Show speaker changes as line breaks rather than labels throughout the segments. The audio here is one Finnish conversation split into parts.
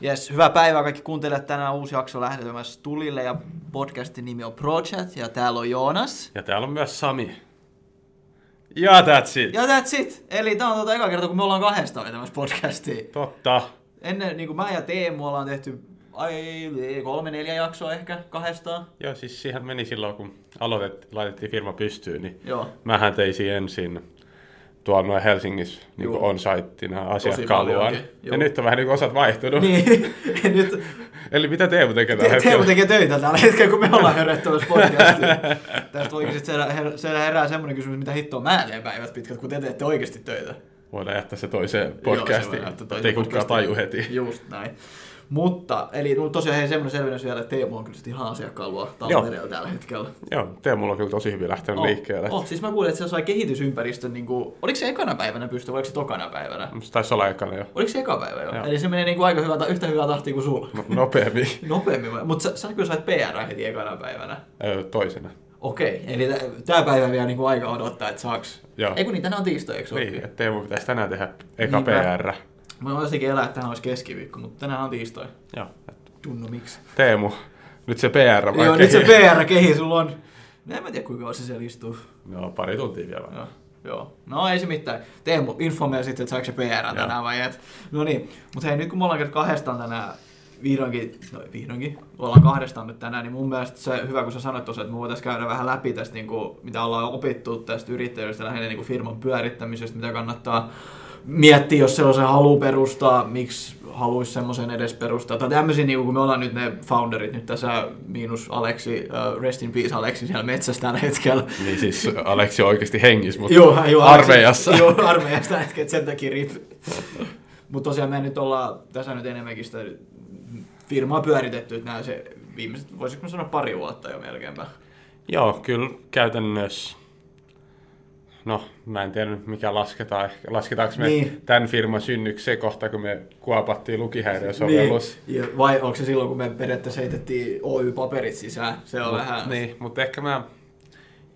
Jes, hyvää päivää kaikki kuuntelijat. Tänään uusi jakso lähdemässä tulille ja podcastin nimi on Project ja täällä on Joonas.
Ja täällä on myös Sami. Ja that's it.
Ja that's it. Eli tämä on tuota eka kerta, kun me ollaan kahdesta vetämässä podcastia.
Totta.
Ennen, niin kuin mä ja Teemu ollaan tehty ai, kolme, neljä jaksoa ehkä kahdestaan.
Joo, siis siihen meni silloin, kun aloitettiin, laitettiin firma pystyyn, niin
Joo.
mähän teisin ensin tuolla noin Helsingissä niin
Juu.
on saittina asiakkaalueen.
paljonkin, juu.
Ja nyt on vähän niin kuin osat vaihtunut.
Niin, nyt
Eli mitä Teemu tekee tällä
Te- Teemu
hetkellä?
tekee töitä tällä hetkellä, kun me ollaan höröttämässä podcastia. Tästä oikeasti se herää, se herää semmoinen kysymys, mitä hittoa mä teen päivät pitkät, kun te teette oikeasti töitä.
Voidaan jättää se toiseen
Joo, se voi
podcastiin.
näyttää toisen
Ei kukaan
podcastin.
taju heti.
Just näin. Mutta, eli no, tosiaan hei semmoinen selvennys vielä, että Teemu on kyllä sit ihan asiakkaalla Tampereella tällä hetkellä.
Joo, Teemulla on kyllä tosi hyvin lähtenyt liikkeelle.
Oh, siis mä kuulin, että se sai kehitysympäristön, niin kuin, oliko se ekana päivänä pysty vai oliko se tokana päivänä?
Musta taisi olla ekana jo.
Oliko se eka päivä jo?
Joo.
Eli se menee niin kuin aika hyvä, yhtä hyvää tahtia kuin sulla.
No- Nopeammin
Nopeammin vai? Mutta sä, sä kyllä sait PR heti ekana päivänä.
Öö, toisena.
Okei, eli t- tää päivä vielä niinku aika odottaa, että saaks.
Joo.
Ei kun niin, tänään on tiistai, eikö se
Niin,
ole?
että Teemu pitäisi tänään tehdä eka
Niinpä.
PR.
Mä olisinkin elää, että tänään olisi keskiviikko, mutta tänään on tiistai.
Joo.
Tunnu miksi.
Teemu, nyt se PR vai
Joo, nyt se
kehi?
PR-kehi sulla on. No en mä tiedä, kuinka kauan se siellä istuu.
No, pari tuntia vielä.
Joo. Joo. No ei se mitään. Teemu, info meille sitten, että saako se PR tänään vai et. No niin, mutta hei nyt kun me ollaan kerta kahdestaan tänään vihdoinkin, no ei vihdoinkin, ollaan kahdestaan nyt tänään, niin mun mielestä se hyvä, kun sä sanoit tuossa, että me voitaisiin käydä vähän läpi tästä, niin kuin, mitä ollaan opittu tästä yrittäjyydestä, lähinnä niin kuin firman pyörittämisestä, mitä kannattaa miettiä, jos sellaisen haluaa perustaa, miksi haluaisi semmoisen edes perustaa. Tai tämmöisiä, niin kun me ollaan nyt ne founderit, nyt tässä miinus Aleksi, äh, rest in peace Aleksi siellä metsässä tällä hetkellä.
Niin siis Aleksi on oikeasti hengissä, mutta
Joo, joo,
armeijassa.
Joo, armeijasta, että sen takia rip. Mutta tosiaan me nyt ollaan tässä nyt enemmänkin sitä firmaa pyöritetty, että nämä se viimeiset, voisiko mä sanoa pari vuotta jo melkeinpä.
Joo, kyllä käytännössä. No, mä en tiedä nyt, mikä lasketaan. Ehkä Lasketaanko me
Niin.
niin. tämän firman synnykseen kohta, kun me kuopattiin
Niin.
lukihäiriösovellus?
Ja vai onko se silloin, kun me periaatteessa heitettiin Oy-paperit sisään? Se on
Mut-
vähän...
Niin, mutta ehkä mä,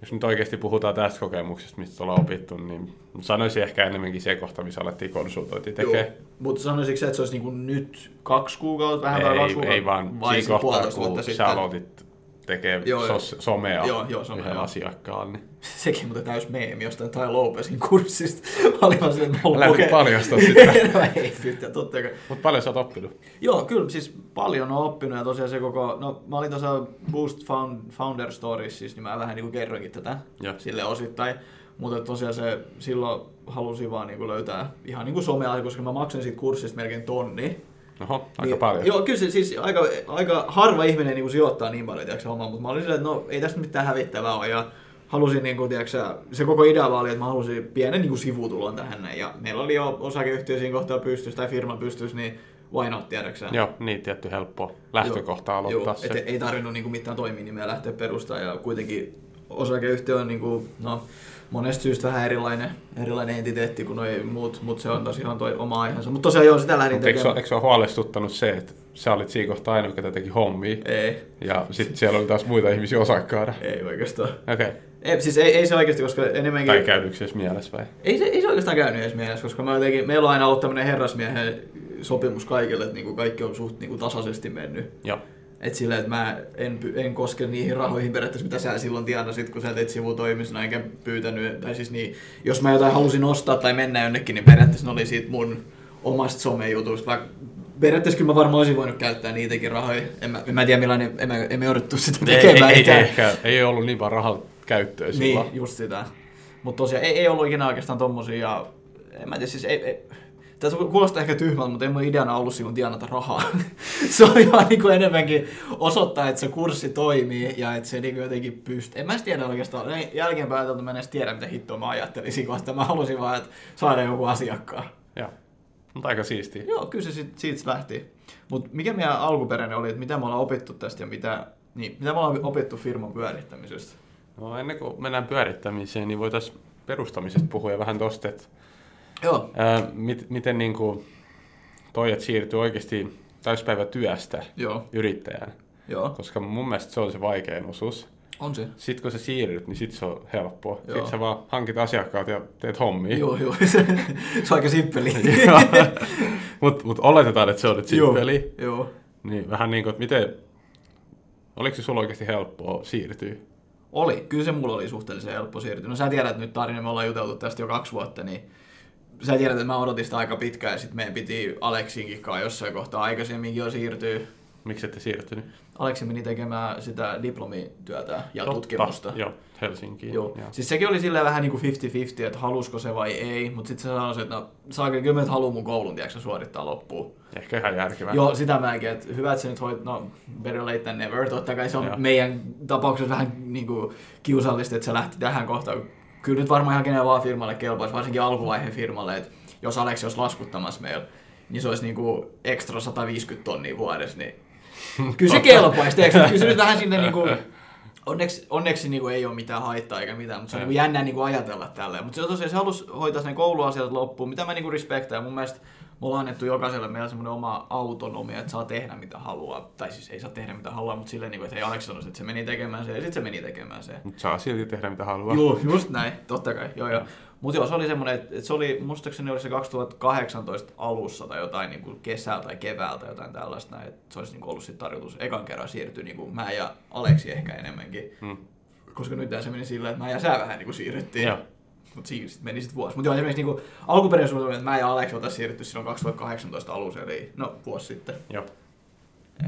jos nyt oikeasti puhutaan tästä kokemuksesta, mistä ollaan opittu, niin sanoisin ehkä enemmänkin se kohta, missä alettiin konsultointi tekee.
Mutta sanoisitko sä, että se olisi niinku nyt kaksi kuukautta, vähän vai kaksi
Ei,
kuukautta?
ei vaan
vai siis
siinä kohtaa,
puolitoista
kun
vuotta
sä
sitten.
aloitit tekemään
Joo, joo.
sos- somea
Joo, joo, somea,
yhden
joo.
asiakkaan. Niin.
Sekin muuten täys meemi jostain Tai Lopesin kurssista. Oli vaan silleen, että
Älä nyt paljasta
sitä. no ei, vittu, totta kai.
Mutta paljon sä oot oppinut?
Joo, kyllä siis paljon on oppinut ja tosiaan se koko, no mä olin tuossa Boost Found, Founder Stories, siis niin mä vähän niin kuin kerroinkin tätä
Joo.
sille osittain, mutta tosiaan se silloin halusin vaan niin kuin löytää ihan niin kuin somea, koska mä maksan siitä kurssista melkein tonni.
Oho, aika paljon.
Niin, Joo, kyllä se, siis aika, aika harva ihminen niin kuin sijoittaa niin paljon, tiedätkö, hommaa, mutta mä olin silleen, että no ei tästä mitään hävittävää ole ja halusin, niin kuin, tiedätkö, se koko idea vaan oli, että mä halusin pienen niin kuin sivutulon tähän näin ja meillä oli jo osakeyhtiö siinä kohtaa pystyssä tai firma pystyssä, niin why not, tiedäksä.
Joo, niin tietty helppo lähtökohta
Joo,
aloittaa se.
et ei tarvinnut niinku mitään toiminimeä lähteä perustaa ja kuitenkin osakeyhtiö on niinku, no, monesta syystä vähän erilainen, erilainen entiteetti kuin noi muut, mutta se on tosiaan toi oma aiheensa. Mutta tosiaan joo, sitä lähdin
Mut eikö, sua-
tekemään.
eikö sua huolestuttanut se, että sä olit siinä kohtaa ainoa, joka teki hommia,
Ei,
ja sitten siellä oli taas muita ihmisiä osakkaana?
ei oikeastaan.
Okei. Okay.
Ei, siis ei, ei se oikeasti, koska
Tai
enemmänkin...
käydykö se edes mielessä vai?
Ei se, ei se oikeastaan käynyt edes mielessä, koska mä jotenkin, meillä on aina ollut tämmöinen herrasmiehen sopimus kaikille, että niinku kaikki on suht niinku tasaisesti mennyt.
Joo.
Et sillä, että mä en, py- en koske niihin rahoihin periaatteessa, mitä sä silloin tienasit, kun sä teit sivutoimisena, enkä pyytänyt, tai siis niin, jos mä jotain halusin ostaa tai mennä jonnekin, niin periaatteessa ne oli siitä mun omasta somejutusta, vaikka periaatteessa kyllä mä varmaan olisin voinut käyttää niitäkin rahoja. En mä, en mä tiedä millainen, en mä, en mä jouduttu sitä
Ei, ei,
tekemään.
ei,
ikään.
ehkä, ei ollut niin paljon rahaa käyttöä silloin.
Niin, just sitä. Mutta tosiaan ei, ei ollut ikinä oikeastaan tommosia, ja en mä tiedä, siis ei, ei tässä kuulostaa ehkä tyhmältä, mutta ei mun ideana ollut silloin tienata rahaa. se oli vaan niin enemmänkin osoittaa, että se kurssi toimii ja että se niin jotenkin pystyy. En mä edes tiedä oikeastaan, näin jälkeenpäin ajateltu, mä en edes tiedä, mitä hittoa mä ajattelin siinä kohtaa. Mä halusin vaan, että saada joku asiakkaan.
Joo. Mutta aika siistiä.
Joo, kyllä se sit, siitä lähti. Mutta mikä meidän alkuperäinen oli, että mitä me ollaan opittu tästä ja mitä, niin, mitä me ollaan opittu firman pyörittämisestä?
No ennen kuin mennään pyörittämiseen, niin voitaisiin perustamisesta puhua ja vähän tosta, että
Joo,
ää, mit, miten niin kuin toi, että siirtyy oikeasti täyspäivätyöstä
joo,
yrittäjään.
joo.
Koska mun mielestä se on se vaikein osuus.
On se.
Sitten kun sä siirryt, niin sit se on helppoa.
Joo.
Sitten sä vaan hankit asiakkaat ja teet hommia.
Joo, joo. Se, se on aika simppeli.
Mutta mut oletetaan, että se on nyt
Joo,
simppeli.
Joo.
Niin vähän niin kuin, että miten... Oliko se sulla oikeasti helppoa siirtyä?
Oli. Kyllä se mulla oli suhteellisen helppo siirtyä. No sä tiedät nyt tarina, me ollaan juteltu tästä jo kaksi vuotta, niin sä tiedät, että mä odotin sitä aika pitkään ja sitten meidän piti Aleksinkin kanssa jossain kohtaa aikaisemmin jo siirtyä.
Miksi ette siirtynyt?
Aleksi meni tekemään sitä diplomityötä ja
Totta,
tutkimusta.
Joo, Helsinkiin.
Joo.
Joo.
Siis sekin oli silleen vähän niinku 50-50, että halusko se vai ei, mutta sitten se sanoi, että no, saa kyllä kyllä mä nyt haluan mun koulun, tiedätkö, suorittaa loppuun.
Ehkä ihan järkevää.
Joo, sitä mäkin, että hyvä, että se nyt hoit, no better late than never, totta kai se on
Joo.
meidän tapauksessa vähän niinku kiusallista, että se lähti tähän kohtaan. Kyllä nyt varmaan ihan kenellä vaan firmalle kelpaisi, varsinkin alkuvaiheen firmalle, että jos Aleksi olisi laskuttamassa meillä, niin se olisi niinku ekstra 150 tonnia vuodessa, niin kyllä se kelpaisi, tiedätkö? Kyllä se nyt vähän sinne niinku, onneksi, onneksi niinku ei ole mitään haittaa eikä mitään, mutta se on
Joo.
niinku jännää niinku ajatella tälleen. Mutta se on tosiaan, se halusi hoitaa ne kouluasiat loppuun, mitä mä niinku respektaan. Mun mielestä me ollaan annettu jokaiselle meillä semmoinen oma autonomia, että saa tehdä mitä haluaa. Tai siis ei saa tehdä mitä haluaa, mutta silleen, niinku, että ei Aleksi sanoisi, että se meni tekemään se ja sitten se meni tekemään se.
Mut saa silti tehdä mitä haluaa.
Joo, just näin, totta kai, joo joo. Mutta joo, se oli semmoinen, että et se oli, muistaakseni oli se 2018 alussa tai jotain niin kuin kesää tai keväällä tai jotain tällaista näin, että se olisi niin kuin ollut sit tarjotus ekan kerran siirtyä niin kuin mä ja Aleksi ehkä enemmänkin,
Mm.
koska nyt se meni sillä, että mä ja sä vähän niin kuin siirryttiin.
Joo.
Mutta siinä sit meni sitten vuosi. Mutta joo, esimerkiksi niinku, alkuperäinen suunnitelma, oli, että mä ja Aleksi oltaisiin siirrytty silloin 2018 alussa, eli no vuosi sitten.
Joo.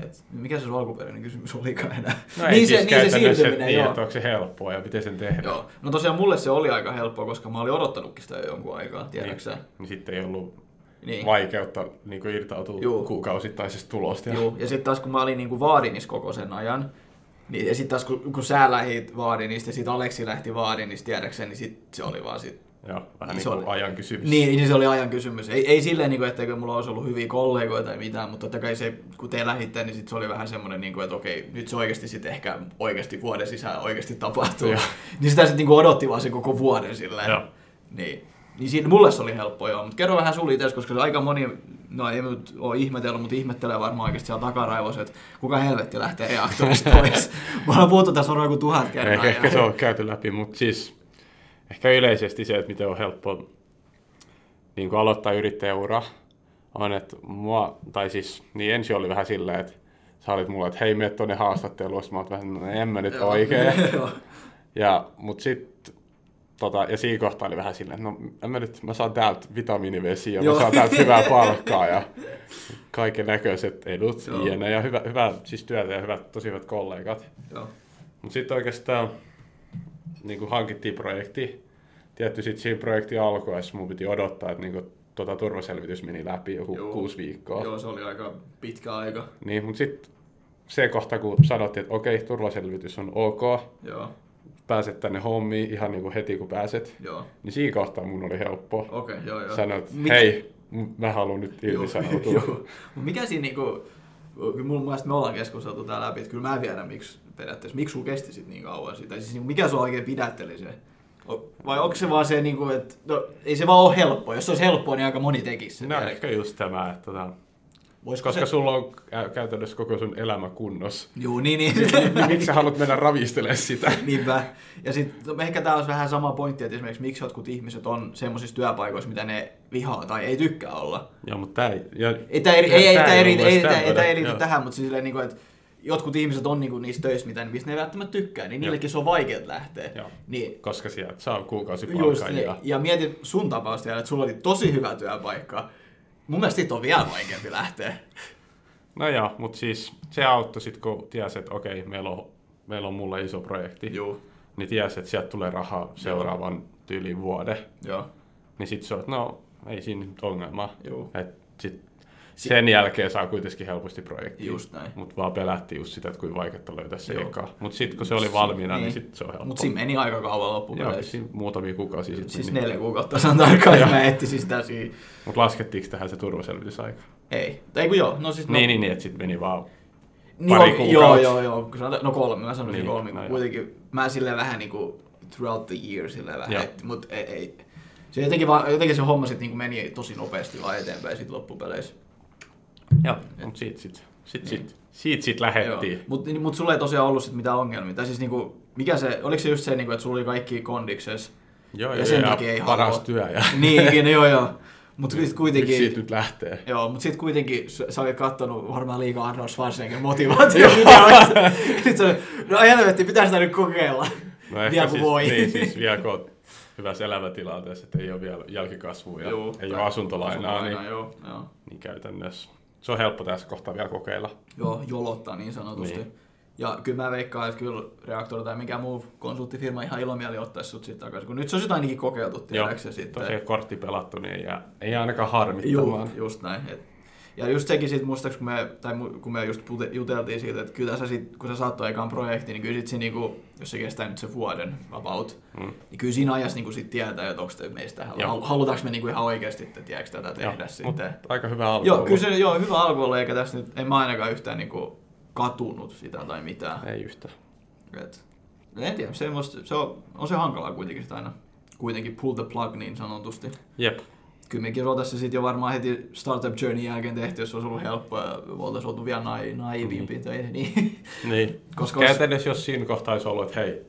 Et, mikä se sun alkuperäinen kysymys olikaan enää?
No
se,
ei
niin
siis
se
käytännössä, että
siirtyminen,
niin,
joo.
että onko se helppoa ja miten sen tehdään.
Joo. No tosiaan mulle se oli aika helppoa, koska mä olin odottanutkin sitä jo jonkun aikaa, tiedätkö sä?
Niin, niin sitten ei ollut
Niin.
vaikeutta niin kuin irtautua
Juu.
kuukausittaisesta tulosta.
Joo. Ja sitten taas kun mä olin niinku vaadinis koko sen ajan, niin, ja sitten taas kun, kun sä lähit vaadinista ja sitten Aleksi lähti vaadinista, tiedätkö sä, niin sit se oli vaan sit
Joo,
Niin
vähän niin
se
kuin
oli.
ajan kysymys.
Niin, niin se oli ajan kysymys. Ei, ei silleen, niin kuin, etteikö mulla olisi ollut hyviä kollegoita tai mitään, mutta totta kai se, kun te lähditte, niin sit se oli vähän semmoinen, niin kuin, että okei, nyt se oikeasti sitten ehkä oikeasti vuoden sisään oikeasti tapahtuu.
Joo.
niin sitä sitten niin kuin odotti vaan sen koko vuoden silleen.
Joo.
Niin. Niin siinä mulle se oli helppo joo, mutta kerro vähän sulle itse, koska se aika moni, no ei nyt ole ihmetellyt, mutta ihmettelee varmaan oikeasti siellä takaraivossa, että kuka helvetti lähtee reaktorista pois. Me ollaan puhuttu tässä varmaan joku tuhat kertaa.
Ehkä, ehkä
ja-
se on käyty läpi, mutta siis ehkä yleisesti se, että miten on helppo niin kuin aloittaa yrittäjäura, on, että mua, tai siis, niin ensin oli vähän silleen, että sä olit mulla, että hei, mene tuonne haastatteluun, Sitten mä oot vähän, no en mä nyt
Joo.
oikein.
Joo.
Ja, mut sit, tota, ja siinä kohtaa oli vähän silleen, no en mä nyt, mä saan täältä vitamiinivesiä, ja
Joo.
mä saan täältä hyvää palkkaa ja kaiken näköiset edut
Joo.
jne. Ja hyvä, hyvä siis työtä ja hyvät, tosi hyvät kollegat.
Joo.
Mut sitten oikeastaan niin kuin hankittiin projekti. Tietty sitten siinä projektin alkuessa mun piti odottaa, että niin kuin, tota turvaselvitys meni läpi joku
Joo.
kuusi viikkoa.
Joo, se oli aika pitkä aika.
Niin, mutta sitten se kohta, kun sanottiin, että okei, turvaselvitys on ok,
Joo,
pääset tänne hommiin ihan niin kuin heti kun pääset,
joo.
niin siinä kohtaa mun oli helppo
Okei, okay, joo, joo.
sanoa, että
Mikä-
hei, m- mä haluan nyt irtisanoutua.
Joo. Mut Mikä siinä niinku, kyllä mun mielestä me ollaan keskusteltu tää läpi, että kyllä mä tiedän miksi periaatteessa, miksi sulla kesti sit niin kauan sitä, siis niinku, mikä sua oikein pidätteli se? O- Vai onko se vaan se, niinku, että no, ei se vaan ole helppoa, jos se olisi helppoa, niin aika moni tekisi sen.
No
tiedätkö?
ehkä just tämä, että tota,
Voisiko
koska
se?
sulla on kä- käytännössä koko sun elämä kunnossa,
Joo, niin, niin.
niin miksi sä haluat mennä ravistelemaan sitä?
Niinpä. Ja sitten ehkä tämä olisi vähän sama pointti, että esimerkiksi miksi jotkut ihmiset on semmoisissa työpaikoissa, mitä ne vihaa tai ei tykkää olla.
Joo, mutta tää ei... Ja,
Ei tämä eri, ei, ei, tää eri, ei, tää- ei, tää ei liity
Joo.
tähän, mutta siis silleen, niinku, että jotkut ihmiset on niinku niissä töissä, mitä, mistä ne ei välttämättä tykkää, niin niillekin se on vaikea lähteä.
Joo.
Niin,
Koska sieltä saa
just, niin.
kuukausipalkan
ja,
ja...
ja mieti sun tapausta vielä, että sulla oli tosi hyvä työpaikka. Mun mielestä siitä on vielä vaikeampi lähteä.
No joo, mutta siis se auttoi sit, kun tiesi, että okei, meillä on, meillä on mulle iso projekti.
Joo.
Niin tiesi, että sieltä tulee rahaa seuraavan tyyliin vuoden.
Joo.
Niin sit se on, että no ei siinä nyt ongelmaa.
Joo.
Et sit sen jälkeen saa kuitenkin helposti projekti.
Just näin.
Mut vaan pelättiin just sitä, että kuinka vaikeutta löytää se
Joo.
eka. Mut sit kun se oli valmiina, niin, sit se on helppo.
Mutta siinä meni aika kauan
Joo,
loppupeleissä.
siinä muutamia kuukausia sitten.
Siis neljä kuukautta sanon tarkkaan, että
Joo.
mä etsisin sitä siinä.
Mut laskettiinko tähän se turvaselvitysaika?
Ei. Ei kun joo, no siis...
No.
No,
Niin, niin, niin, että sitten meni vaan
Niin
pari
joo,
kuukautta.
Joo, joo, joo. Kun sanotaan- No kolme, mä sanoisin
Niin,
kolme.
no joo.
kuitenkin mä silleen vähän niinku throughout the year silleen vähän,
Joo.
et, mut ei, ei. Se jotenkin, vaan, jotenkin se homma sit niinku meni tosi nopeasti vaan eteenpäin sit loppupeleissä.
Joo, mutta siitä sitten Sitten
Niin.
niin. sit, siitä sit lähettiin.
Mutta mut sulla ei tosiaan ollut sit mitään ongelmia. Tai siis niinku, mikä se, oliko se just se, niinku, että sulla oli kaikki kondikses?
Joo,
Ja
joo,
sen
ja
takia ei
paras
halua.
työ. Ja
Niinkin, no joo joo. Mutta sitten
miksi
kuitenkin...
siitä nyt lähtee?
Joo, mutta sitten kuitenkin sä, sä olit kattonut varmaan liikaa Arnold Schwarzenegger motivaatiovideoita. sitten se oli, no helvetti, pitää sitä nyt kokeilla.
No ehkä
Vielä kun
siis,
voi.
Niin, siis vielä kun oot hyvässä elämäntilanteessa, että ei ole vielä jälkikasvua ja
Juu,
ei
tai-
ole asuntolainaa, niin,
Joo, joo.
niin käytännössä se on helppo tässä kohtaa vielä kokeilla.
joo, jolottaa niin sanotusti.
Niin.
Ja kyllä mä veikkaan, että kyllä reaktori tai mikä muu konsulttifirma ihan ilomieli ottaisi sut siitä takaisin, kun nyt se on sitä ainakin kokeiltu, tiedäksä sitten.
tosiaan kortti pelattu, niin ei, jää, ei jää ainakaan harmittamaan.
Juu, just näin. Et, ja just sekin sit muistaakseni, kun me, tai mu- kun me just pute- juteltiin siitä, että kyllä sä sit, kun sä saat tuon ekan projektin, niin kyllä sit se niinku, jos se kestää nyt se vuoden about, mm. niin kyllä siinä ajassa niinku sit tietää, että onko meistä,
Joo.
halu- halutaanko me niinku ihan oikeasti, että tiedätkö tätä
Joo,
tehdä
mut
sitten.
aika hyvä alku.
Joo,
ollut.
kyllä se joo, hyvä alku olla, eikä tässä nyt, en mä ainakaan yhtään niinku katunut sitä tai mitään.
Ei yhtään.
Et, en tiedä, semmoista, se on, on se hankalaa kuitenkin sit aina. Kuitenkin pull the plug niin sanotusti
Jep.
kyllä mekin oltaisiin se sitten jo varmaan heti Startup Journeyn jälkeen tehty, jos olisi ollut helppoa ja oltaisiin oltu vielä nai, naivimpia töihin. Niin.
Niin.
Koska
Koska
olisi-
Käytännössä jos siinä kohtaa olisi ollut, että hei,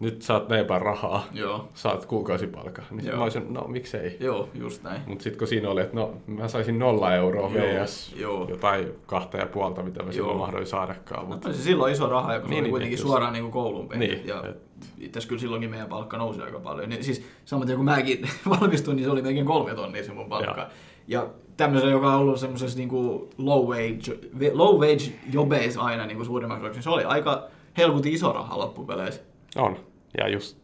nyt saat näin paljon rahaa,
Joo.
saat kuukausipalkaa, niin sit
Joo.
mä olisin, no miksei.
Joo, just näin.
Mutta sitten kun siinä oli, että no mä saisin nolla euroa
Joo,
vs.
joo.
jotain kahta ja puolta, mitä mä
Joo.
silloin mahdoin saadakaan. Mut,
Mutta oli se silloin iso raha, kun se
Niin,
oli
niin,
kuitenkin
just.
suoraan niin kuin kouluun penkit.
Niin,
Ja
et-
itse asiassa kyllä silloinkin meidän palkka nousi aika paljon. Niin, siis samaten kun mäkin valmistuin, niin se oli melkein kolme tonnia se mun palkka. Ja,
Joo.
ja tämmöisen, joka on ollut semmoisessa niin kuin low wage, low wage jobeissa aina niin kuin suurimmaksi osaksi, niin se oli aika helkutin iso raha loppupeleissä.
No. on. Ja just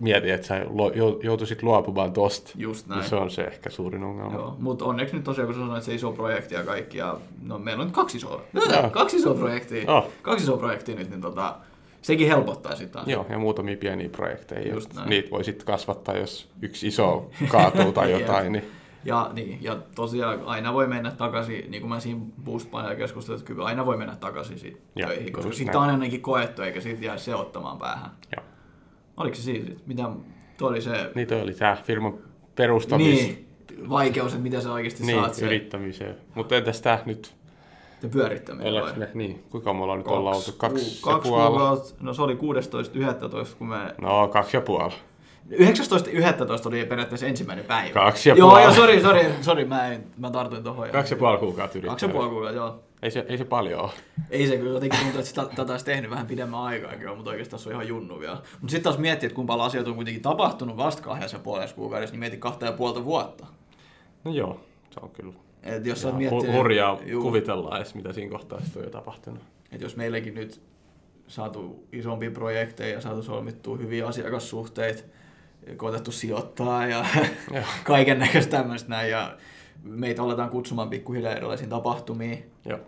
mietin, että sä lo- jou- joutuisit luopumaan tosta.
Just näin.
Niin se on se ehkä suurin ongelma.
Joo, mutta onneksi nyt tosiaan, kun sä sanoit, että se iso projekti ja kaikki, ja no meillä on nyt kaksi isoa,
Joo.
kaksi isoa projektia,
Joo.
kaksi isoa projektia nyt, niin tota, sekin helpottaa sitä.
Joo, ja muutamia pieniä projekteja.
Just
et
näin.
Niitä voi sitten kasvattaa, jos yksi iso kaatuu tai
Jep.
jotain. Niin
Ja, niin, ja tosiaan aina voi mennä takaisin, niin kuin mä siinä boost keskustelin, että kyllä aina voi mennä takaisin sit
Joo,
töihin, koska
just
siitä on
näin.
ainakin koettu, eikä siitä jää se ottamaan päähän.
joo.
Oliko se siitä, sit? mitä, tuo oli se,
Niin toi oli tämä firman perustamis...
niin, vaikeus, että mitä sä oikeasti
Niin,
saat se,
yrittämiseen. Mutta entäs tää nyt?
ja pyörittäminen
Ollaanko
vai?
me, niin, kuinka me ollaan nyt ollaan oltu? Kaksi,
ku- kaksi
ja puoli.
kuukautta, no se oli 16.11, kun me
No, kaksi ja puoli.
19.11. oli periaatteessa ensimmäinen päivä.
Kaksi ja
Joo,
puoli.
joo, sori, sori, sori, mä, en, mä tartuin tohon. jo.
Kaksi ja puoli kuukautta yrittänyt.
Kaksi ja puoli kuukautta, joo.
Ei se, ei se paljon ole.
Ei se kyllä jotenkin tuntuu, että sitä, tätä olisi tehnyt vähän pidemmän aikaa kyllä, mutta oikeastaan se on ihan junnu vielä. Mutta sitten taas miettii, että kuinka paljon asioita on kuitenkin tapahtunut vasta kahdessa ja puolessa kuukaudessa, niin mieti kahta ja puolta vuotta.
No joo, se on kyllä.
Et jos sä oot
Ihan
miettinyt...
hu- hurjaa
Juu.
kuvitellaan edes, mitä siinä kohtaa sitten on jo tapahtunut.
Et jos meilläkin nyt saatu isompia projekteja ja saatu solmittua hyviä asiakassuhteita, koetettu sijoittaa ja
Joo.
kaiken näköistä tämmöistä näin ja meitä aletaan kutsumaan pikkuhiljaa erilaisiin tapahtumiin.
Joo.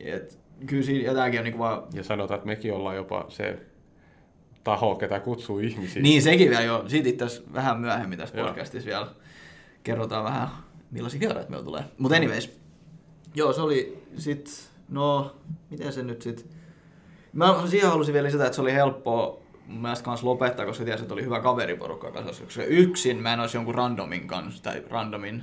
Et kyllä siinä, ja tämäkin on niinku vaan,
Ja sanotaan, että mekin ollaan jopa se taho, ketä kutsuu ihmisiä.
niin sekin vielä jo, siitä itse asiassa vähän myöhemmin tässä
Joo.
podcastissa vielä kerrotaan vähän millaisia vieraita meillä tulee. Mutta anyways, joo se oli sit, no miten se nyt sit, Mä siihen halusin vielä lisätä, että se oli helppoa mun mielestä kanssa lopettaa, koska tiesi, että oli hyvä kaveriporukka kanssa, koska yksin mä en olisi jonkun randomin kanssa tai randomin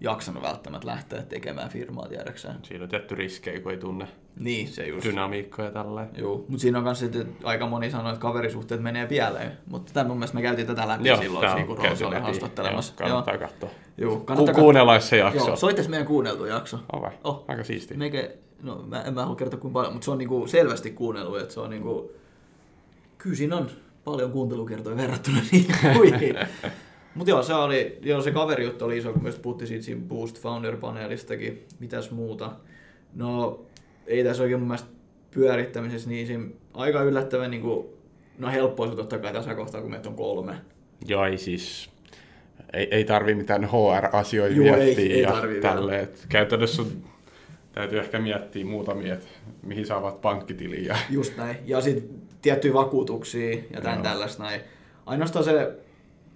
jaksanut välttämättä lähteä tekemään firmaa, tiedäksä.
Siinä on tietty riskejä, kun ei tunne
Niin, se just.
dynamiikkoja ja tälleen.
Joo, mutta siinä on myös, että aika moni sanoo, että kaverisuhteet menee pieleen. Mutta tämä mun mielestä me käytiin tätä läpi
Joo,
silloin,
tää on niinku
siinä, kun
käyty
Roosa oli
läpi.
haastattelemassa.
Joo, Kannattaa katsoa.
Joo,
Ku-
kannattaa
kuunnella se jakso.
Joo, se oli tässä meidän kuunneltu jakso.
On vai?
Oh.
Aika siisti.
Meikä, no mä, en mä halua kertoa kuinka paljon, mutta se on niinku selvästi kuunnellut, että se on niinku, kyllä siinä on paljon kuuntelukertoja verrattuna niihin muihin. Mutta joo, se, oli, joo, se kaverijuttu oli iso, kun myös puhuttiin siitä siinä Boost Founder-paneelistakin, mitäs muuta. No, ei tässä oikein mun mielestä pyörittämisessä niin siinä aika yllättävän niin kuin, no helppoa se totta kai tässä kohtaa, kun meitä on kolme.
Joo, ei siis... Ei, ei tarvi mitään HR-asioita
Joo, ei-
miettiä
ei
ja
tarvii vielä.
tälleen. Et Käytännössä sun täytyy ehkä miettiä muutamia, että mihin sä avaat pankkitiliä.
Just näin. Ja sitten tiettyjä vakuutuksia ja tämän
Joo.
tällaista näin. Ainoastaan se,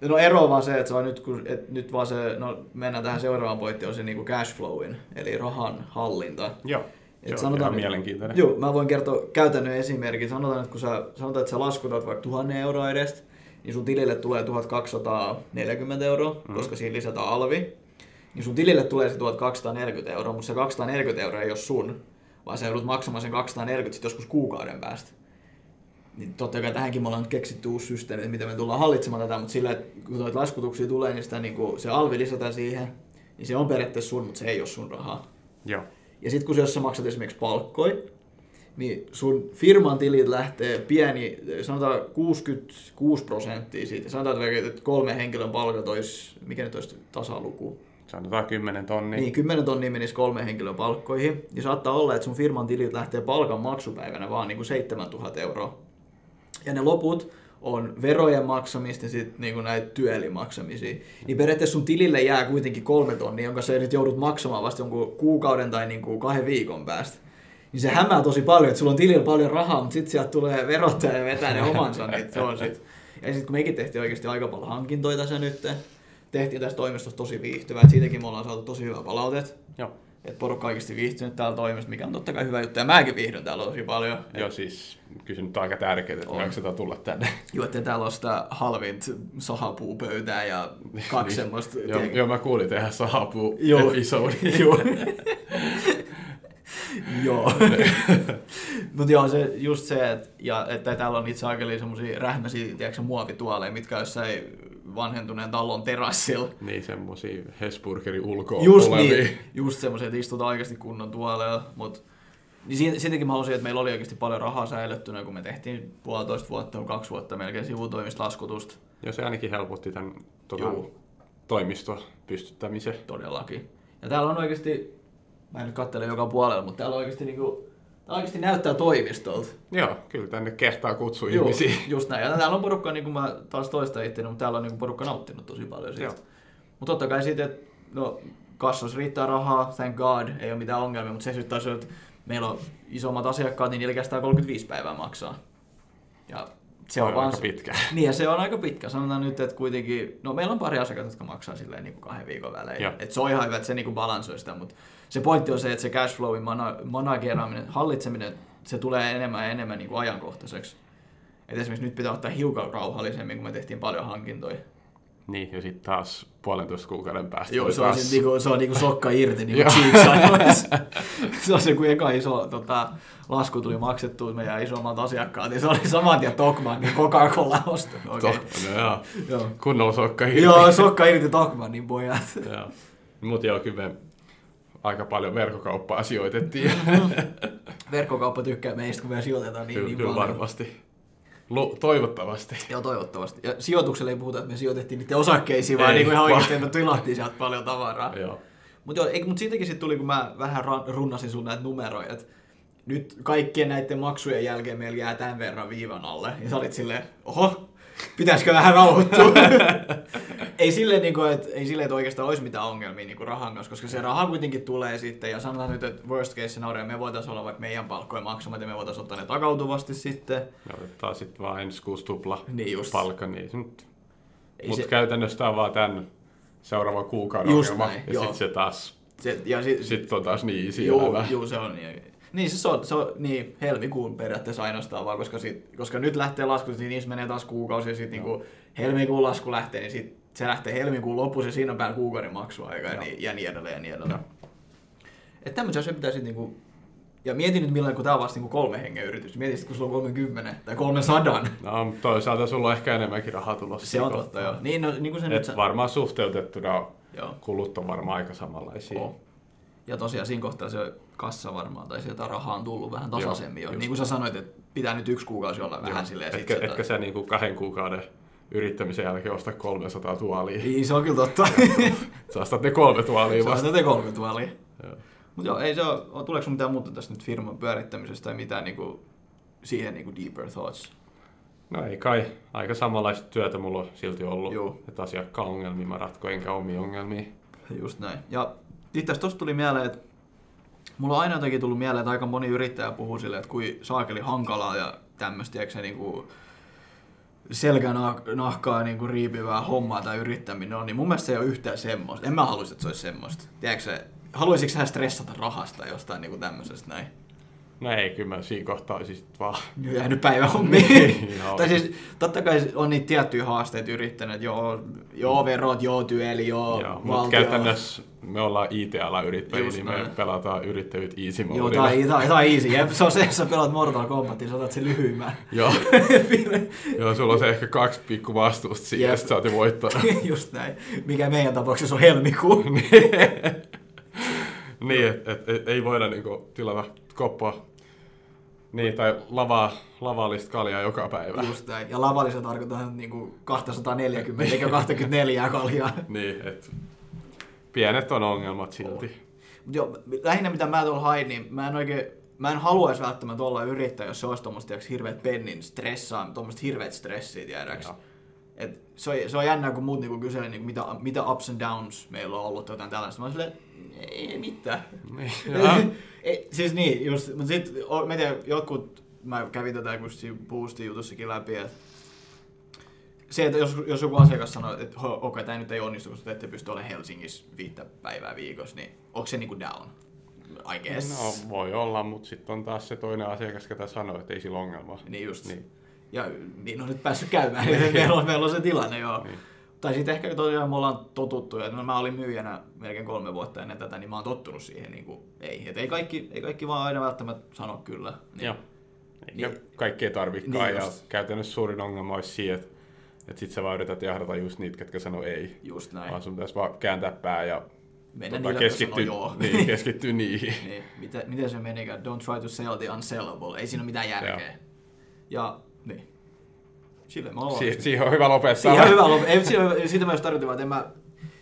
no ero on vaan se, että se on nyt, kun, et nyt vaan se, no mennään tähän seuraavaan pointtiin, on se niinku cash flowin, eli rahan hallinta.
Joo,
Et
se on ihan
nyt-
mielenkiintoinen.
Joo, mä voin kertoa käytännön esimerkin. Sanotaan, että kun sä, sanotaan, että sä laskutat vaikka 1000 euroa edestä, niin sun tilille tulee 1240 euroa, mm. koska siinä lisätään alvi. niin sun tilille tulee se 1240 euroa, mutta se 240 euroa ei ole sun, vaan sä joudut maksamaan sen 240 sit joskus kuukauden päästä. Niin totta kai tähänkin me ollaan nyt keksitty uusi systeemi, että miten me tullaan hallitsemaan tätä, mutta sillä, että kun noita laskutuksia tulee, niin, sitä, niin kun se alvi lisätään siihen, niin se on periaatteessa sun, mutta se ei ole sun rahaa.
Joo.
Ja sitten kun sä- jos sä maksat esimerkiksi palkkoja, niin sun firman tilit lähtee pieni, sanotaan 66 prosenttia siitä. Sanotaan, että vaikka, että kolme henkilön palkat olisi, mikä nyt olisi tasaluku.
Sanotaan 10 tonnia.
Niin. niin, 10 tonnia menisi kolme henkilön palkkoihin. Ja saattaa olla, että sun firman tilit lähtee palkan maksupäivänä vaan niin kuin 7000 euroa. Ja ne loput on verojen maksamista ja sitten niin näitä työelimaksamisia. Niin periaatteessa sun tilille jää kuitenkin kolme tonnia, jonka sä nyt joudut maksamaan vasta jonkun kuukauden tai niin kuin kahden viikon päästä. Niin se hämää tosi paljon, että sulla on tilillä paljon rahaa, mutta sitten sieltä tulee verottaja ja vetää ne omansa, niin se on sit. Ja sitten kun mekin tehtiin oikeasti aika paljon hankintoja tässä nyt, tehtiin tässä toimistossa tosi viihtyvää, että siitäkin me ollaan saatu tosi hyvää palautet.
Joo.
Että porukka oikeasti viihtynyt täällä toimistossa, mikä on totta kai hyvä juttu, ja mäkin viihdyn täällä tosi paljon.
Joo, siis kyllä nyt on aika tärkeää, että
On.
me jaksetaan tulla tänne.
Joo, että täällä on sitä halvinta sahapuupöytää ja kaksi semmoista.
Niin. Joo,
tiedätkö?
joo, mä kuulin tehdä saapuu
Joo.
episodi.
Joo. joo. Mutta joo, se, just se, että, ja, että täällä on itse aikeli semmoisia rähmäisiä, tiedätkö, muovituoleja, mitkä on jossain vanhentuneen talon terassilla.
Niin, semmosia Hesburgerin ulkoa
Just
tulevia.
niin, just semmoiset, että istutaan oikeasti kunnon tuoleilla, mut niin si- siitäkin mä halusin, että meillä oli oikeasti paljon rahaa säilyttynä, kun me tehtiin puolitoista vuotta, kaksi vuotta melkein sivutoimislaskutusta
Joo, se ainakin helpotti tämän tota,
Joo.
toimiston pystyttämisen.
todellakin. Ja täällä on oikeasti, mä en nyt katsele joka puolella, mutta täällä oikeasti, niinku, tää oikeasti näyttää toimistolta.
Joo, kyllä tänne kehtaa kutsua
Joo,
ihmisiä.
just näin. Ja täällä on porukka, niin kuin mä taas toista itse, mutta täällä on niin kuin porukka nauttinut tosi paljon siitä.
Joo.
Mutta totta kai siitä, että no, kassassa riittää rahaa, thank god, ei ole mitään ongelmia, mutta se sitten taas, on, että meillä on isommat asiakkaat, niin niillä kestää 35 päivää maksaa. Ja se on,
Aivan
vaan
aika
se-
pitkä.
Niin, ja se on aika pitkä. Sanotaan nyt, että kuitenkin, no meillä on pari asiakasta, jotka maksaa silleen niin kuin kahden viikon välein.
Joo.
Et se on ihan hyvä, että se niin kuin balansoi sitä, mutta se pointti on se, että se cash flowin mana- manageraaminen, hallitseminen, se tulee enemmän ja enemmän niin kuin ajankohtaiseksi. Et esimerkiksi nyt pitää ottaa hiukan rauhallisemmin, kun me tehtiin paljon hankintoja.
Niin, ja sitten taas puolentoista kuukauden päästä.
Joo,
oli
se on,
taas-
sit niinku, se on niinku sokka irti, niin
Joo.
kuin Cheek sanoisi. se on se, kun eka iso tota, lasku tuli maksettua meidän isommat asiakkaat, niin se oli saman tien Tokman, niin Coca-Cola ostanut.
To,
oikein.
no, joo.
Joo.
Kunnolla sokka irti.
niinku- Joo, sokka irti Tokmanin pojat.
Joo. Mut joo, kyllä me aika paljon verkkokauppaa
Niin,
sijoitettiin.
Verkkokauppa tykkää meistä, kun me sijoitetaan niin,
kyllä,
niin
kyllä
paljon.
varmasti. Lu, toivottavasti.
Joo, toivottavasti. Ja sijoitukselle ei puhuta, että me sijoitettiin niiden osakkeisiin, vaan
Ei,
niin kuin ihan
vaan-
oikeasti, että me tilattiin sieltä paljon tavaraa.
Joo.
Mutta mut siitäkin sitten tuli, kun mä vähän ra- runnasin sun näitä numeroja, että nyt kaikkien näiden maksujen jälkeen meillä jää tämän verran viivan alle. Ja sä olit silleen, oho, pitäisikö vähän rauhoittua? ei silleen, niin kuin, että, ei silleen, että oikeastaan olisi mitään ongelmia niin kuin rahan kanssa, koska se raha kuitenkin tulee sitten. Ja sanotaan nyt, että worst case scenario, me voitaisiin olla vaikka meidän palkkoja maksamat ja me voitaisiin ottaa ne takautuvasti sitten.
Joo, tää sitten vaan ensi kuusi tupla
Niin just.
palkka, niin se nyt
Ei
Mutta
se-
käytännössä tämä on vaan tämän seuraavan kuukauden
Just
ongelma.
näin,
ja
joo.
sitten se taas,
se, ja si-
sit on taas niin easy
Joo,
elämä.
joo, se on niin. Niin, siis se on, se on niin, helmikuun periaatteessa ainoastaan vaan, koska, sit, koska nyt lähtee lasku, niin niissä menee taas kuukausi ja sitten niinku helmikuun lasku lähtee, niin sit se lähtee helmikuun lopussa ja siinä on päällä kuukauden maksuaika ja, niin, ja niin edelleen ja niin edelleen. Että tämmöisiä asioita pitää sitten niinku, ja mietin nyt millainen, kun tää on vasta niinku kolme hengen yritys, mietin sit, kun sulla on 30 tai 300.
No, mut toisaalta sulla on ehkä enemmänkin rahaa tulossa.
Se on totta, joo. Niin, no, niin kuin se nyt...
Et
sä-
varmaan suhteutettuna
Joo.
kulut on varmaan aika samanlaisia.
On. Niin. Ja tosiaan siinä kohtaa se kassa varmaan, tai sieltä rahaa on tullut vähän tasaisemmin jo.
just.
Niin kuin sä sanoit, että pitää nyt yksi kuukausi olla vähän silleen.
Etkä,
sit se-
etkä sä niinku kahden kuukauden yrittämisen jälkeen osta 300 tuolia.
Niin, se on kyllä totta.
Sä ostat ne kolme tuolia
se on
vasta.
tätä 30 väliä.
Joo.
Mutta joo, ei se ole, tuleeko sun mitään muuta tästä nyt firman pyörittämisestä tai mitään niinku, siihen niinku deeper thoughts?
No ei kai. Aika samanlaista työtä mulla on silti ollut.
Joo.
Että asiakkaan ongelmia mä ratkoin, enkä omia ongelmia.
Just näin. Ja itse asiassa tosta tuli mieleen, että mulla on aina jotenkin tullut mieleen, että aika moni yrittäjä puhuu silleen, että kui saakeli hankalaa ja tämmöistä, eikö se niinku selkänahkaa niinku riipivää hommaa tai yrittäminen on, niin mun mielestä se ei ole yhtään semmoista. En mä haluaisi, että se olisi semmoista. Tiedätkö se, haluaisitko sä stressata rahasta jostain niinku tämmöisestä näin?
No ei, kyllä mä siinä kohtaa olisin sit vaan.
Joo, jäänyt päivähommiin.
Niin, joo.
tai siis totta kai on niitä tiettyjä haasteita yrittänyt, että joo, joo verot, joo työli, joo,
Joo, mutta
valtio.
käytännössä me ollaan IT-alan yrittäjiä,
Just
niin me
näin.
pelataan yrittäjyyttä easy
Joo,
modilla.
tai, tai, tai easy. Jep, se on se, jos sä pelaat Mortal Kombatin, sä otat sen lyhyimmän.
Joo. Joo, sulla on se ehkä kaksi pikku vastuusta siitä,
Jep.
että sä oot jo voittanut.
Just näin. Mikä meidän tapauksessa on helmikuu.
niin, että et, et, ei voida niinku tilata koppaa. Niin, tai lavaa, lavallista kaljaa joka päivä.
Just näin. Ja lavallisella tarkoitan niinku 240 eikä 24 kaljaa.
Niin, et pienet on ongelmat silti.
Mut Joo, lähinnä mitä mä tuolla hain, niin mä en oikein, mä en haluaisi välttämättä olla yrittäjä, jos se olisi tuommoista tiiäks, hirveät pennin stressaa, tuommoista hirveät stressiä, tiedäks.
Joo.
Et se, on, se on jännää, kun muut niinku kyselee, niinku, mitä, mitä ups and downs meillä on ollut tai jotain tällaista. Mä oon silleen, ei mitään.
Niin, jaa.
Ei, siis niin, just, mutta sit, o- mä tiedän, jotkut, mä kävin tätä kun siinä boostin jutussakin läpi, että se, että jos, jos joku asiakas sanoo, että "Ho, okei, okay, tämä nyt ei onnistu, kun te ette pysty olemaan Helsingissä viittä päivää viikossa, niin onko se niinku down? I guess.
No voi olla, mutta sitten on taas se toinen asiakas, ketä sanoo, että ei sillä ongelmaa.
Niin just.
Niin.
Niin. Ja niin on nyt päässyt käymään, niin meillä, on, meillä on se tilanne, joo. Niin. Tai sitten ehkä tosiaan me ollaan totuttu, ja no, mä olin myyjänä melkein kolme vuotta ennen tätä, niin mä oon tottunut siihen, niin kuin, ei, et ei, kaikki, ei kaikki vaan aina välttämättä sano kyllä. Niin.
Joo. Eikä
Niin.
kaikki ei tarvikaan.
Niin
ja
just.
käytännössä suurin ongelma olisi siinä, että, että sit sä vaan yrität jahdata just niitä, ketkä sanoo ei.
Just
Näin.
näin.
Vaan sun pitäisi vaan kääntää pää ja
Mennä niillä, jotka sanoo
keskittyy,
joo.
tota, niin, keskittyy niihin.
Niin, mitä, miten se menikään? Don't try to sell the unsellable. Ei siinä ole mitään järkeä. Ja niin. Silleen mä oon.
Si- siihen on hyvä lopettaa.
Ihan hyvä lop- Ei, siinä- sitä mä just tarkoitin, vaan, että en mä,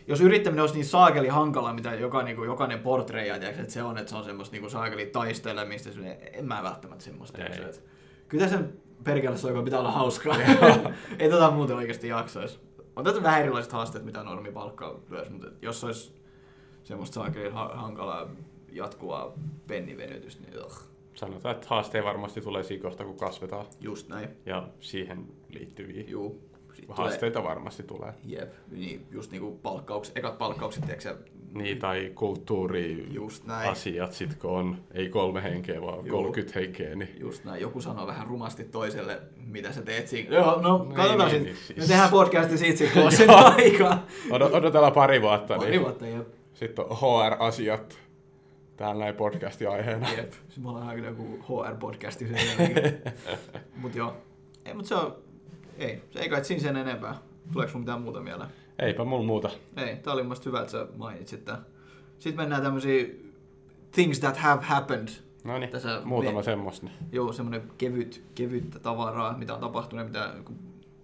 jos yrittäminen olisi niin saakeli hankalaa, mitä joka, niin kuin, jokainen portreija, tiiäks, että se on, että se on semmoista niin kuin saakeli taistelemista, se- en mä välttämättä semmoista. tiiäks,
Ei.
että- Kyllä sen perkele soikan pitää olla hauskaa. Ei tota muuten oikeasti jaksaisi. On tätä vähän erilaiset haasteet, mitä normi palkkaa myös, mutta jos olisi semmoista saakeli ha- hankalaa jatkuvaa pennivenytystä, niin ugh,
Sanotaan, että haasteen varmasti tulee siinä kohtaa, kun kasvetaan.
just näin.
Ja siihen liittyviä
Juu. Sit tulee-
haasteita varmasti tulee.
Jep, niin just niinku palkkaukset, ekat palkkaukset, tiiäksä,
Niin, tai kulttuuri,
Just näin.
asiat, sit kun on ei kolme henkeä, vaan
Juu.
30 henkeä, niin
Just näin, joku sanoo vähän rumasti toiselle, mitä sä teet siinä. Joo, no
Niin,
katsotaan
niin,
sitten.
niin, siis.
Me tehdään podcasti siitä, sit, kun on sen aika.
Odot- odotellaan pari vuotta,
Pari
niin
vuotta, jep.
sitten on HR-asiat täällä näin podcastin aiheena.
jep. Siis me ollaan kyllä joku HR-podcasti sen jälkeen. mut joo. Ei, mut se on, ei, se ei kai siinä sen enempää. Tuleeko sun mitään muuta mieleen?
Eipä mulla muuta.
Ei, tää oli mun mielestä hyvä, että sä mainitsit tän. Sitten mennään tämmöisiin things that have happened.
No niin,
Tässä
muutama niin-
me-
semmoista.
Joo, semmoinen kevyt, kevyttä tavaraa, mitä on tapahtunut ja mitä,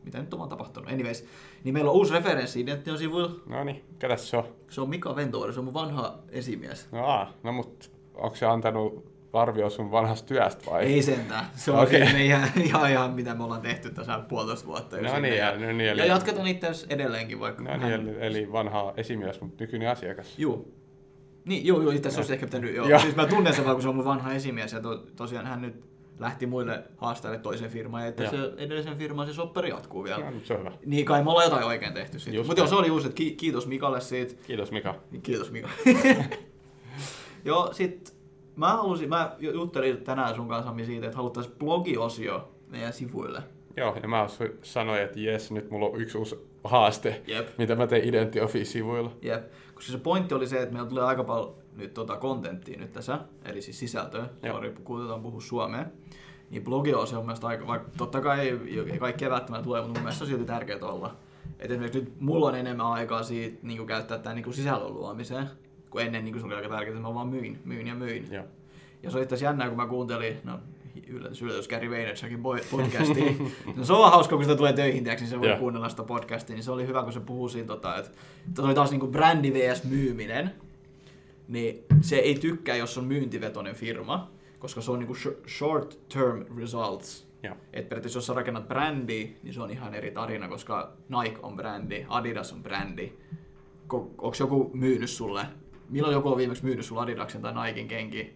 mitä nyt on vaan tapahtunut. Anyways, niin meillä on uusi referenssi Idention-sivuilla.
No niin, ketäs se on?
Se on Mika Ventori, se on mun vanha esimies.
No, aa, no mut onko se antanut arvio sun vanhasta työstä vai?
Ei sentään. Se on
Okei.
okay. me ihan, ihan, ihan, mitä me ollaan tehty tässä puolitoista vuotta. jo
No
sinne.
niin,
ja,
ja- no niin, eli-
ja jatketaan itse asiassa edelleenkin vaikka.
No niin, eli, eli vanha esimies, mutta nykyinen asiakas.
Juu. Niin, joo, joo, itse asiassa olisi ehkä pitänyt, joo.
No. Joo.
joo. Siis mä tunnen sen vaan, kun se on mun vanha esimies ja to, tosiaan hän nyt lähti muille haastajalle toisen firmaan ja että
Joo.
se edellisen firman se sopperi jatkuu vielä.
No, nyt se on hyvä.
Niin kai me ollaan jotain oikein tehty siitä.
Just
Mutta joo,
näin.
se oli uusi, että ki- kiitos Mikalle siitä. Niin
Kiitos Mika.
Kiitos Mika. Joo, sit mä halusin, mä ju- juttelin tänään sun kanssa Sami, siitä, että haluttaisiin blogiosio meidän sivuille.
Joo, ja mä su- sanoin, että jes, nyt mulla on yksi uusi haaste,
Jep.
mitä mä teen Identi Office-sivuilla.
Jep. Koska se pointti oli se, että meillä tulee aika paljon nyt tota kontenttia nyt tässä, eli siis sisältöä,
Joo.
sori, kuutetaan puhua suomea. Niin blogiosio on mielestäni aika, vaikka totta kai ei, ei kaikkea välttämättä tule, mutta mun mielestä se on silti tärkeää olla. Et esimerkiksi nyt mulla on enemmän aikaa siitä niin käyttää tämän niin sisällön luomiseen, kun ennen niin se oli aika tärkeää, että mä vaan myin, myin ja myin.
Joo.
Ja se oli tässä jännää, kun mä kuuntelin, no yllätys, yllätys, Gary Vaynerchukin poi- podcastia. No se on hauska, kun sitä tulee töihin, tiiäks, niin se voi
Joo.
yeah. kuunnella sitä podcastia, niin se oli hyvä, kun se puhuu siinä, tota, että se oli taas niinku brändi vs. myyminen, niin se ei tykkää, jos on myyntivetoinen firma, koska se on niinku sh- short term results.
Joo.
Et periaatteessa jos sä rakennat brändiä, niin se on ihan eri tarina, koska Nike on brändi, Adidas on brändi. Ko- Onko joku myynyt sulle? Milloin joku on viimeksi myynyt sulle Adidaksen tai Niken kenki?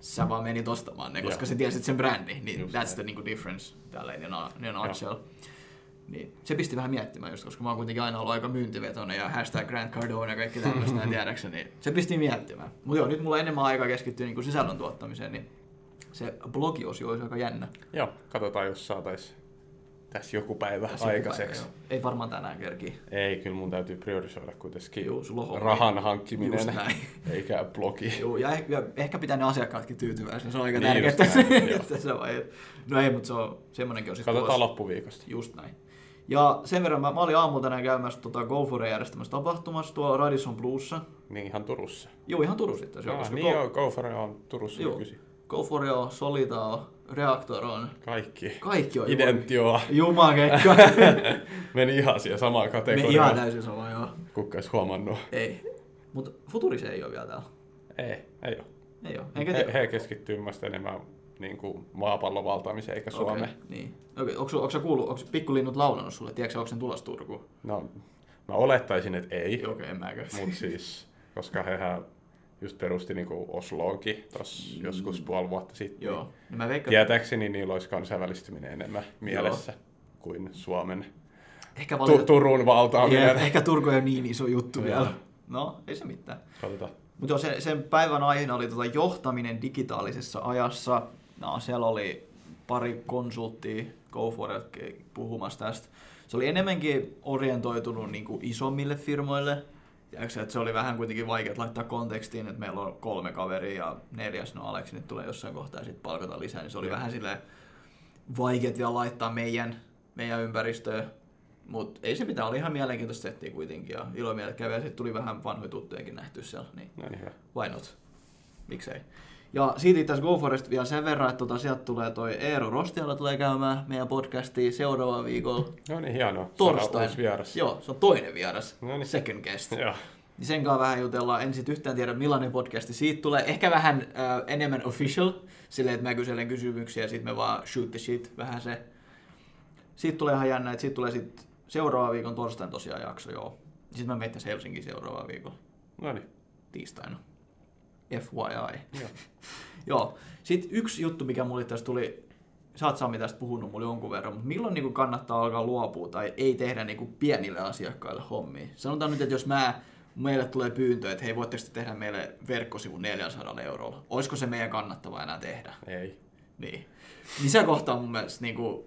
Sä vaan menit ostamaan ne, koska
Joo.
sä tiesit sen brändi. Niin
Just
that's
näin.
the niinku, difference, tälleen in a nutshell. Niin, se pisti vähän miettimään just, koska mä oon kuitenkin aina ollut aika myyntivetoinen ja hashtag Grant Cardone ja kaikki tämmöistä näin tiedäkseni. Niin se pisti miettimään. Mutta joo, nyt mulla on enemmän aikaa keskittyä niinku sisällön tuottamiseen, niin se blogiosio olisi aika jännä.
Joo, katsotaan jos saatais tässä joku päivä
Tässä
tässä
joku
aikaiseksi.
päivä, joo. Ei varmaan tänään kerkiä.
Ei, kyllä mun täytyy priorisoida kuitenkin
Juu, sulla on hommi.
rahan hankkiminen,
Just näin.
eikä blogi.
Joo, ja, eh- ja ehkä pitää ne asiakkaatkin tyytyväisenä, se on aika
Niin
niin
just näin,
tärkeää
joo.
tässä vaiheessa. No ei, mutta se on, semmoinenkin on sitten
Katsotaan loppuviikosta.
Just näin. Ja sen verran mä, mä olin aamulla tänään käymässä tota GoForen järjestämässä tapahtumassa tuolla Radisson Bluessa.
Niin ihan Turussa.
Joo, ihan Turussa itse asiassa.
ah,
koska
niin
Go-
joo, GoFore on Turussa
Joo.
nykyisin.
GoFore on, Solita on, Reactor on,
Kaikki.
kaikki on.
Identioa.
Jumakekka.
Meni ihan siihen samaan
Me ihan
kategoriaan,
täysin sama, joo.
kukka olisi huomannut.
Ei. Mut Futurise ei ole vielä täällä.
Ei, ei ole.
Ei ole. Enkä
He,
tiedä.
he keskittyy mun mielestä enemmän niin kuin maapallon valtaamiseen eikä Suomeen.
Okei, niin. Okei, onko, onko sä kuullut, onko pikkulinnut laulanut sulle? Tiedätkö, onko sen tulos Turkuun?
No, mä olettaisin, että ei,
Ei, okei, en mäkään.
mutta siis, koska hehän just perusti niin Osloonkin tossa mm. joskus puoli vuotta sitten.
Joo. Niin mä veikkaan,
Tietääkseni niillä olisi kansainvälistyminen enemmän mielessä kuin Suomen
ehkä
tu-
valitettavasti.
Turun valtaaminen.
Jep, ehkä Turku ei ole niin iso juttu vielä. No, ei se mitään.
Katsotaan.
Mutta sen, sen päivän aiheena oli tota johtaminen digitaalisessa ajassa. No, siellä oli pari konsulttia GoForelta puhumassa tästä. Se oli enemmänkin orientoitunut niin kuin isommille firmoille. Tiedätkö, että se oli vähän kuitenkin vaikea laittaa kontekstiin, että meillä on kolme kaveria ja neljäs, no Aleksi nyt tulee jossain kohtaa ja sitten palkata lisää, niin se oli vähän silleen vaikeet vielä laittaa meidän, meidän ympäristöön. Mutta ei se mitään, oli ihan mielenkiintoista settiä kuitenkin ja ilomieltä kävi ja sitten tuli vähän vanhoja tuttujakin nähty siellä, niin
No niin, hyvä.
why not? Miksei? Ja siitä itse asiassa GoForest vielä sen verran, että tota, sieltä tulee toi Eero Rostiala tulee käymään meidän podcastiin seuraavalla viikolla
No niin, hienoa. Saadaan
torstaina.
Uusi vieras.
Joo, se on toinen vieras.
No niin.
Second guest.
Joo.
Niin sen kanssa vähän jutellaan. En sit yhtään tiedä millainen podcasti siitä tulee. Ehkä vähän äh, enemmän official, silleen että mä kyselen kysymyksiä ja sit me vaan shoot the shit vähän se. Siitä tulee ihan jännä, että siitä tulee sit seuraavan viikon torstaina tosiaan jakso, joo. Sitten mä menen Helsinkiin seuraavaan viikolla
No niin.
tiistaina. FYI.
Joo.
Joo. Sitten yksi juttu, mikä mulle tästä tuli, sä oot Sami tästä puhunut mulle jonkun verran, mutta milloin niinku kannattaa alkaa luopua tai ei tehdä niinku pienille asiakkaille hommia? Sanotaan nyt, että jos mä, meille tulee pyyntö, että hei voitteko te tehdä meille verkkosivun 400 eurolla, olisiko se meidän kannattava enää tehdä?
Ei.
Niin. Niin se kohta on mun mielestä, niinku,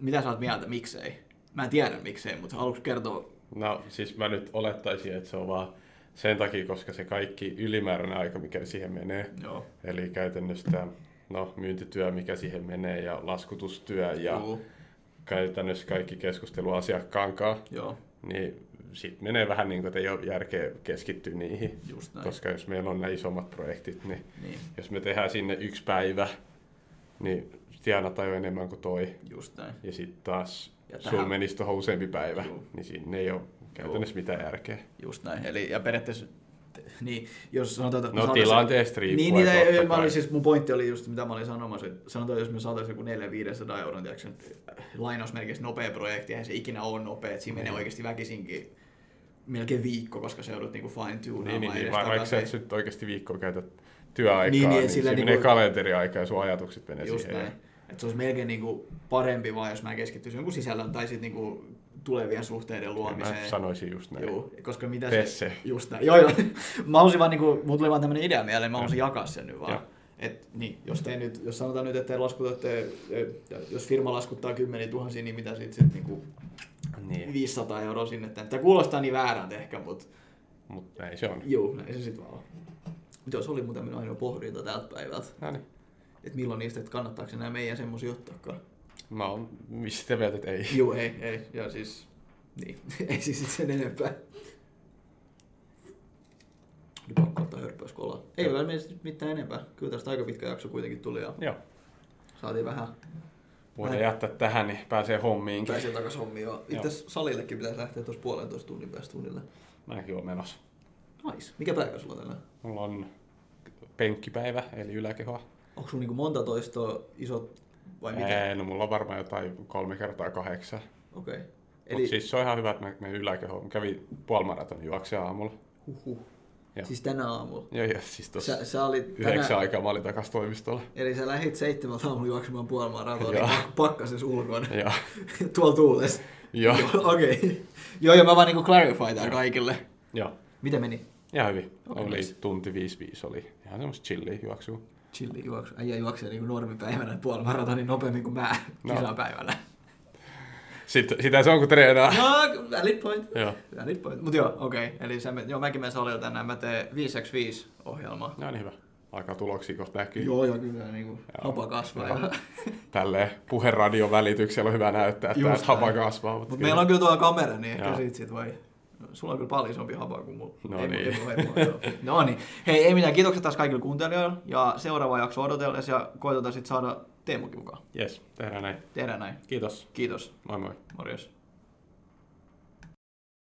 mitä sä oot mieltä, miksei? Mä en tiedä miksei, mutta haluatko kertoa?
No siis mä nyt olettaisin, että se on vaan sen takia, koska se kaikki ylimääräinen aika, mikä siihen menee,
Joo.
eli käytännössä tämä, no, myyntityö, mikä siihen menee, ja laskutustyö, ja
Juu.
käytännössä kaikki keskustelu asiakkaan kanssa,
Joo,
niin sitten menee vähän niin kuin, että ei ole järkeä keskittyä niihin.
just näin.
Koska jos meillä on nämä isommat projektit, niin
Niin,
jos me tehdään sinne yksi päivä, niin tienataan jo enemmän kuin toi.
just näin.
Ja sitten taas
Ja
ja
tähän-
sul menisi tuohon useampi päivä,
Juu.
niin sinne ei ole käytännössä mitään järkeä.
Just näin. Eli, ja periaatteessa, te- niin, jos sanotaan, että... me
No
saataisiin-
tilanteesta
Niin,
riippuen
niin ei,
totta
ei, mä
kai.
olin, siis mun pointti oli just, mitä mä olin sanomassa, että sanotaan, että jos me saataisiin joku 400-500 euron, tiedätkö, nyt, äh, lainausmerkeissä nopea projekti, eihän se ikinä ole nopea, että siinä
Niin.
menee oikeasti väkisinkin melkein viikko, koska se joudut niinku fine
Niin,
tunaamaan
niin, niin vaikka sä et nyt oikeasti viikkoa käytä
Niin,
työaikaa, niin,
niin,
niin, niin
sillä
se
niinku-
menee kalenteriaikaa ja sun ajatukset menee
Just
siihen.
näin. Et se olisi melkein niinku parempi vaan, jos mä keskittyisin jonkun sisällön tai sitten niinku tulevien suhteiden luomiseen.
Mä sanoisin just näin.
Joo, koska mitä
Tee
se...
se.
Just näin. Joo, joo. Mä halusin vaan, niinku, mulla tuli vaan tämmönen idea mieleen, mä halusin jakaa sen nyt vaan.
Joo.
Et, niin, jos, te nyt, jos sanotaan nyt, että te laskutatte, eh, jos firma laskuttaa kymmeniä tuhansia, niin mitä siitä sitten niinku
Niin.
500 euroa sinne? tänne? Tämä kuulostaa niin väärältä ehkä, mutta
Mutta näin se on.
juu, näin se sitten vaan on. Mutta jos oli muuten minun ainoa pohdinta tältä päivältä,
No niin.
että milloin niistä, että kannattaako nämä meidän semmoisia ottaakaan.
Mä oon mistä te vietät, ei.
Juu, ei, ei. Ja siis, niin, ei siis sit sen enempää. Nyt pakko ottaa hörppöys kolaa. Ei ole meistä nyt mitään enempää. Kyllä tästä aika pitkä jakso kuitenkin tuli ja
Joo.
saatiin vähän
Voidaan
Näin.
jättää tähän, niin pääsee hommiinkin.
pääsiä takas hommia. Ja Itse asiassa salillekin pitäisi lähteä tuossa puolentoista tunnin päästä tunnille.
Mäkin oon menossa.
Nais. Mikä päivä sulla on tänään?
Mulla on penkkipäivä, eli yläkehoa.
Onko sulla niinku monta toistoa isot vai mitä?
Ei, no mulla on varmaan jotain kolme kertaa kahdeksan.
Okei. Okay.
Eli... Mut
Eli
siis se on ihan hyvä, että mä menen yläkehoon. Mä kävin puolimaraton juokseen aamulla.
huhhuh.
Joo.
Siis tänä aamulla.
Joo, joo, siis tossa
Sä, sä olit
yhdeksän
tänään,
aikaa mä olin takas toimistolla.
eli sä lähit seitsemältä aamulla juoksemaan puolemaan ratoa, niin
Joo.
pakkases ulkona.
Joo,
Tuolla tuules.
joo,
Okei. Joo, joo, mä vaan niinku clarify tää kaikille.
joo.
Miten meni?
Ihan hyvin.
Okei,
oli
nice.
tunti 5-5 oli. Ihan semmoista chilliä juoksua.
chilli juoksu. Äijä juoksee niin normipäivänä puolimaratonin nopeammin kuin mä
No.
no. kisapäivänä.
Sitten, sitä se on, kun treenaa.
No, valid point.
Joo.
Valid point. Mut joo, okei. Okay. Eli se, joo, mäkin menen salilla tänään. Mä teen 5x5 ohjelmaa.
No niin hyvä. Alkaa tuloksia kohta näkyy.
Joo, joo, kyllä niinku hapa kasvaa.
Joo.
Joo.
Tälleen puheradion välityksellä on hyvä näyttää, että
Just
täältä hapa
näin.
kasvaa. Mutta
Mut meillä on kyllä tuolla kamera, niin ehkä
Joo.
siitä sit voi. Sulla on kyllä paljon isompi hapa kuin mulla.
No
Ei mun-
niin.
ei mun- ei mun- joo. no niin. Hei, ei mitään. Kiitokset taas kaikille kuuntelijoille. Ja seuraava jakso odotellessa ja koitetaan sitten saada Teemukin mukaan.
Jes, tehdään näin.
Tehdään näin.
Kiitos.
Kiitos.
Moi moi.
Morjes.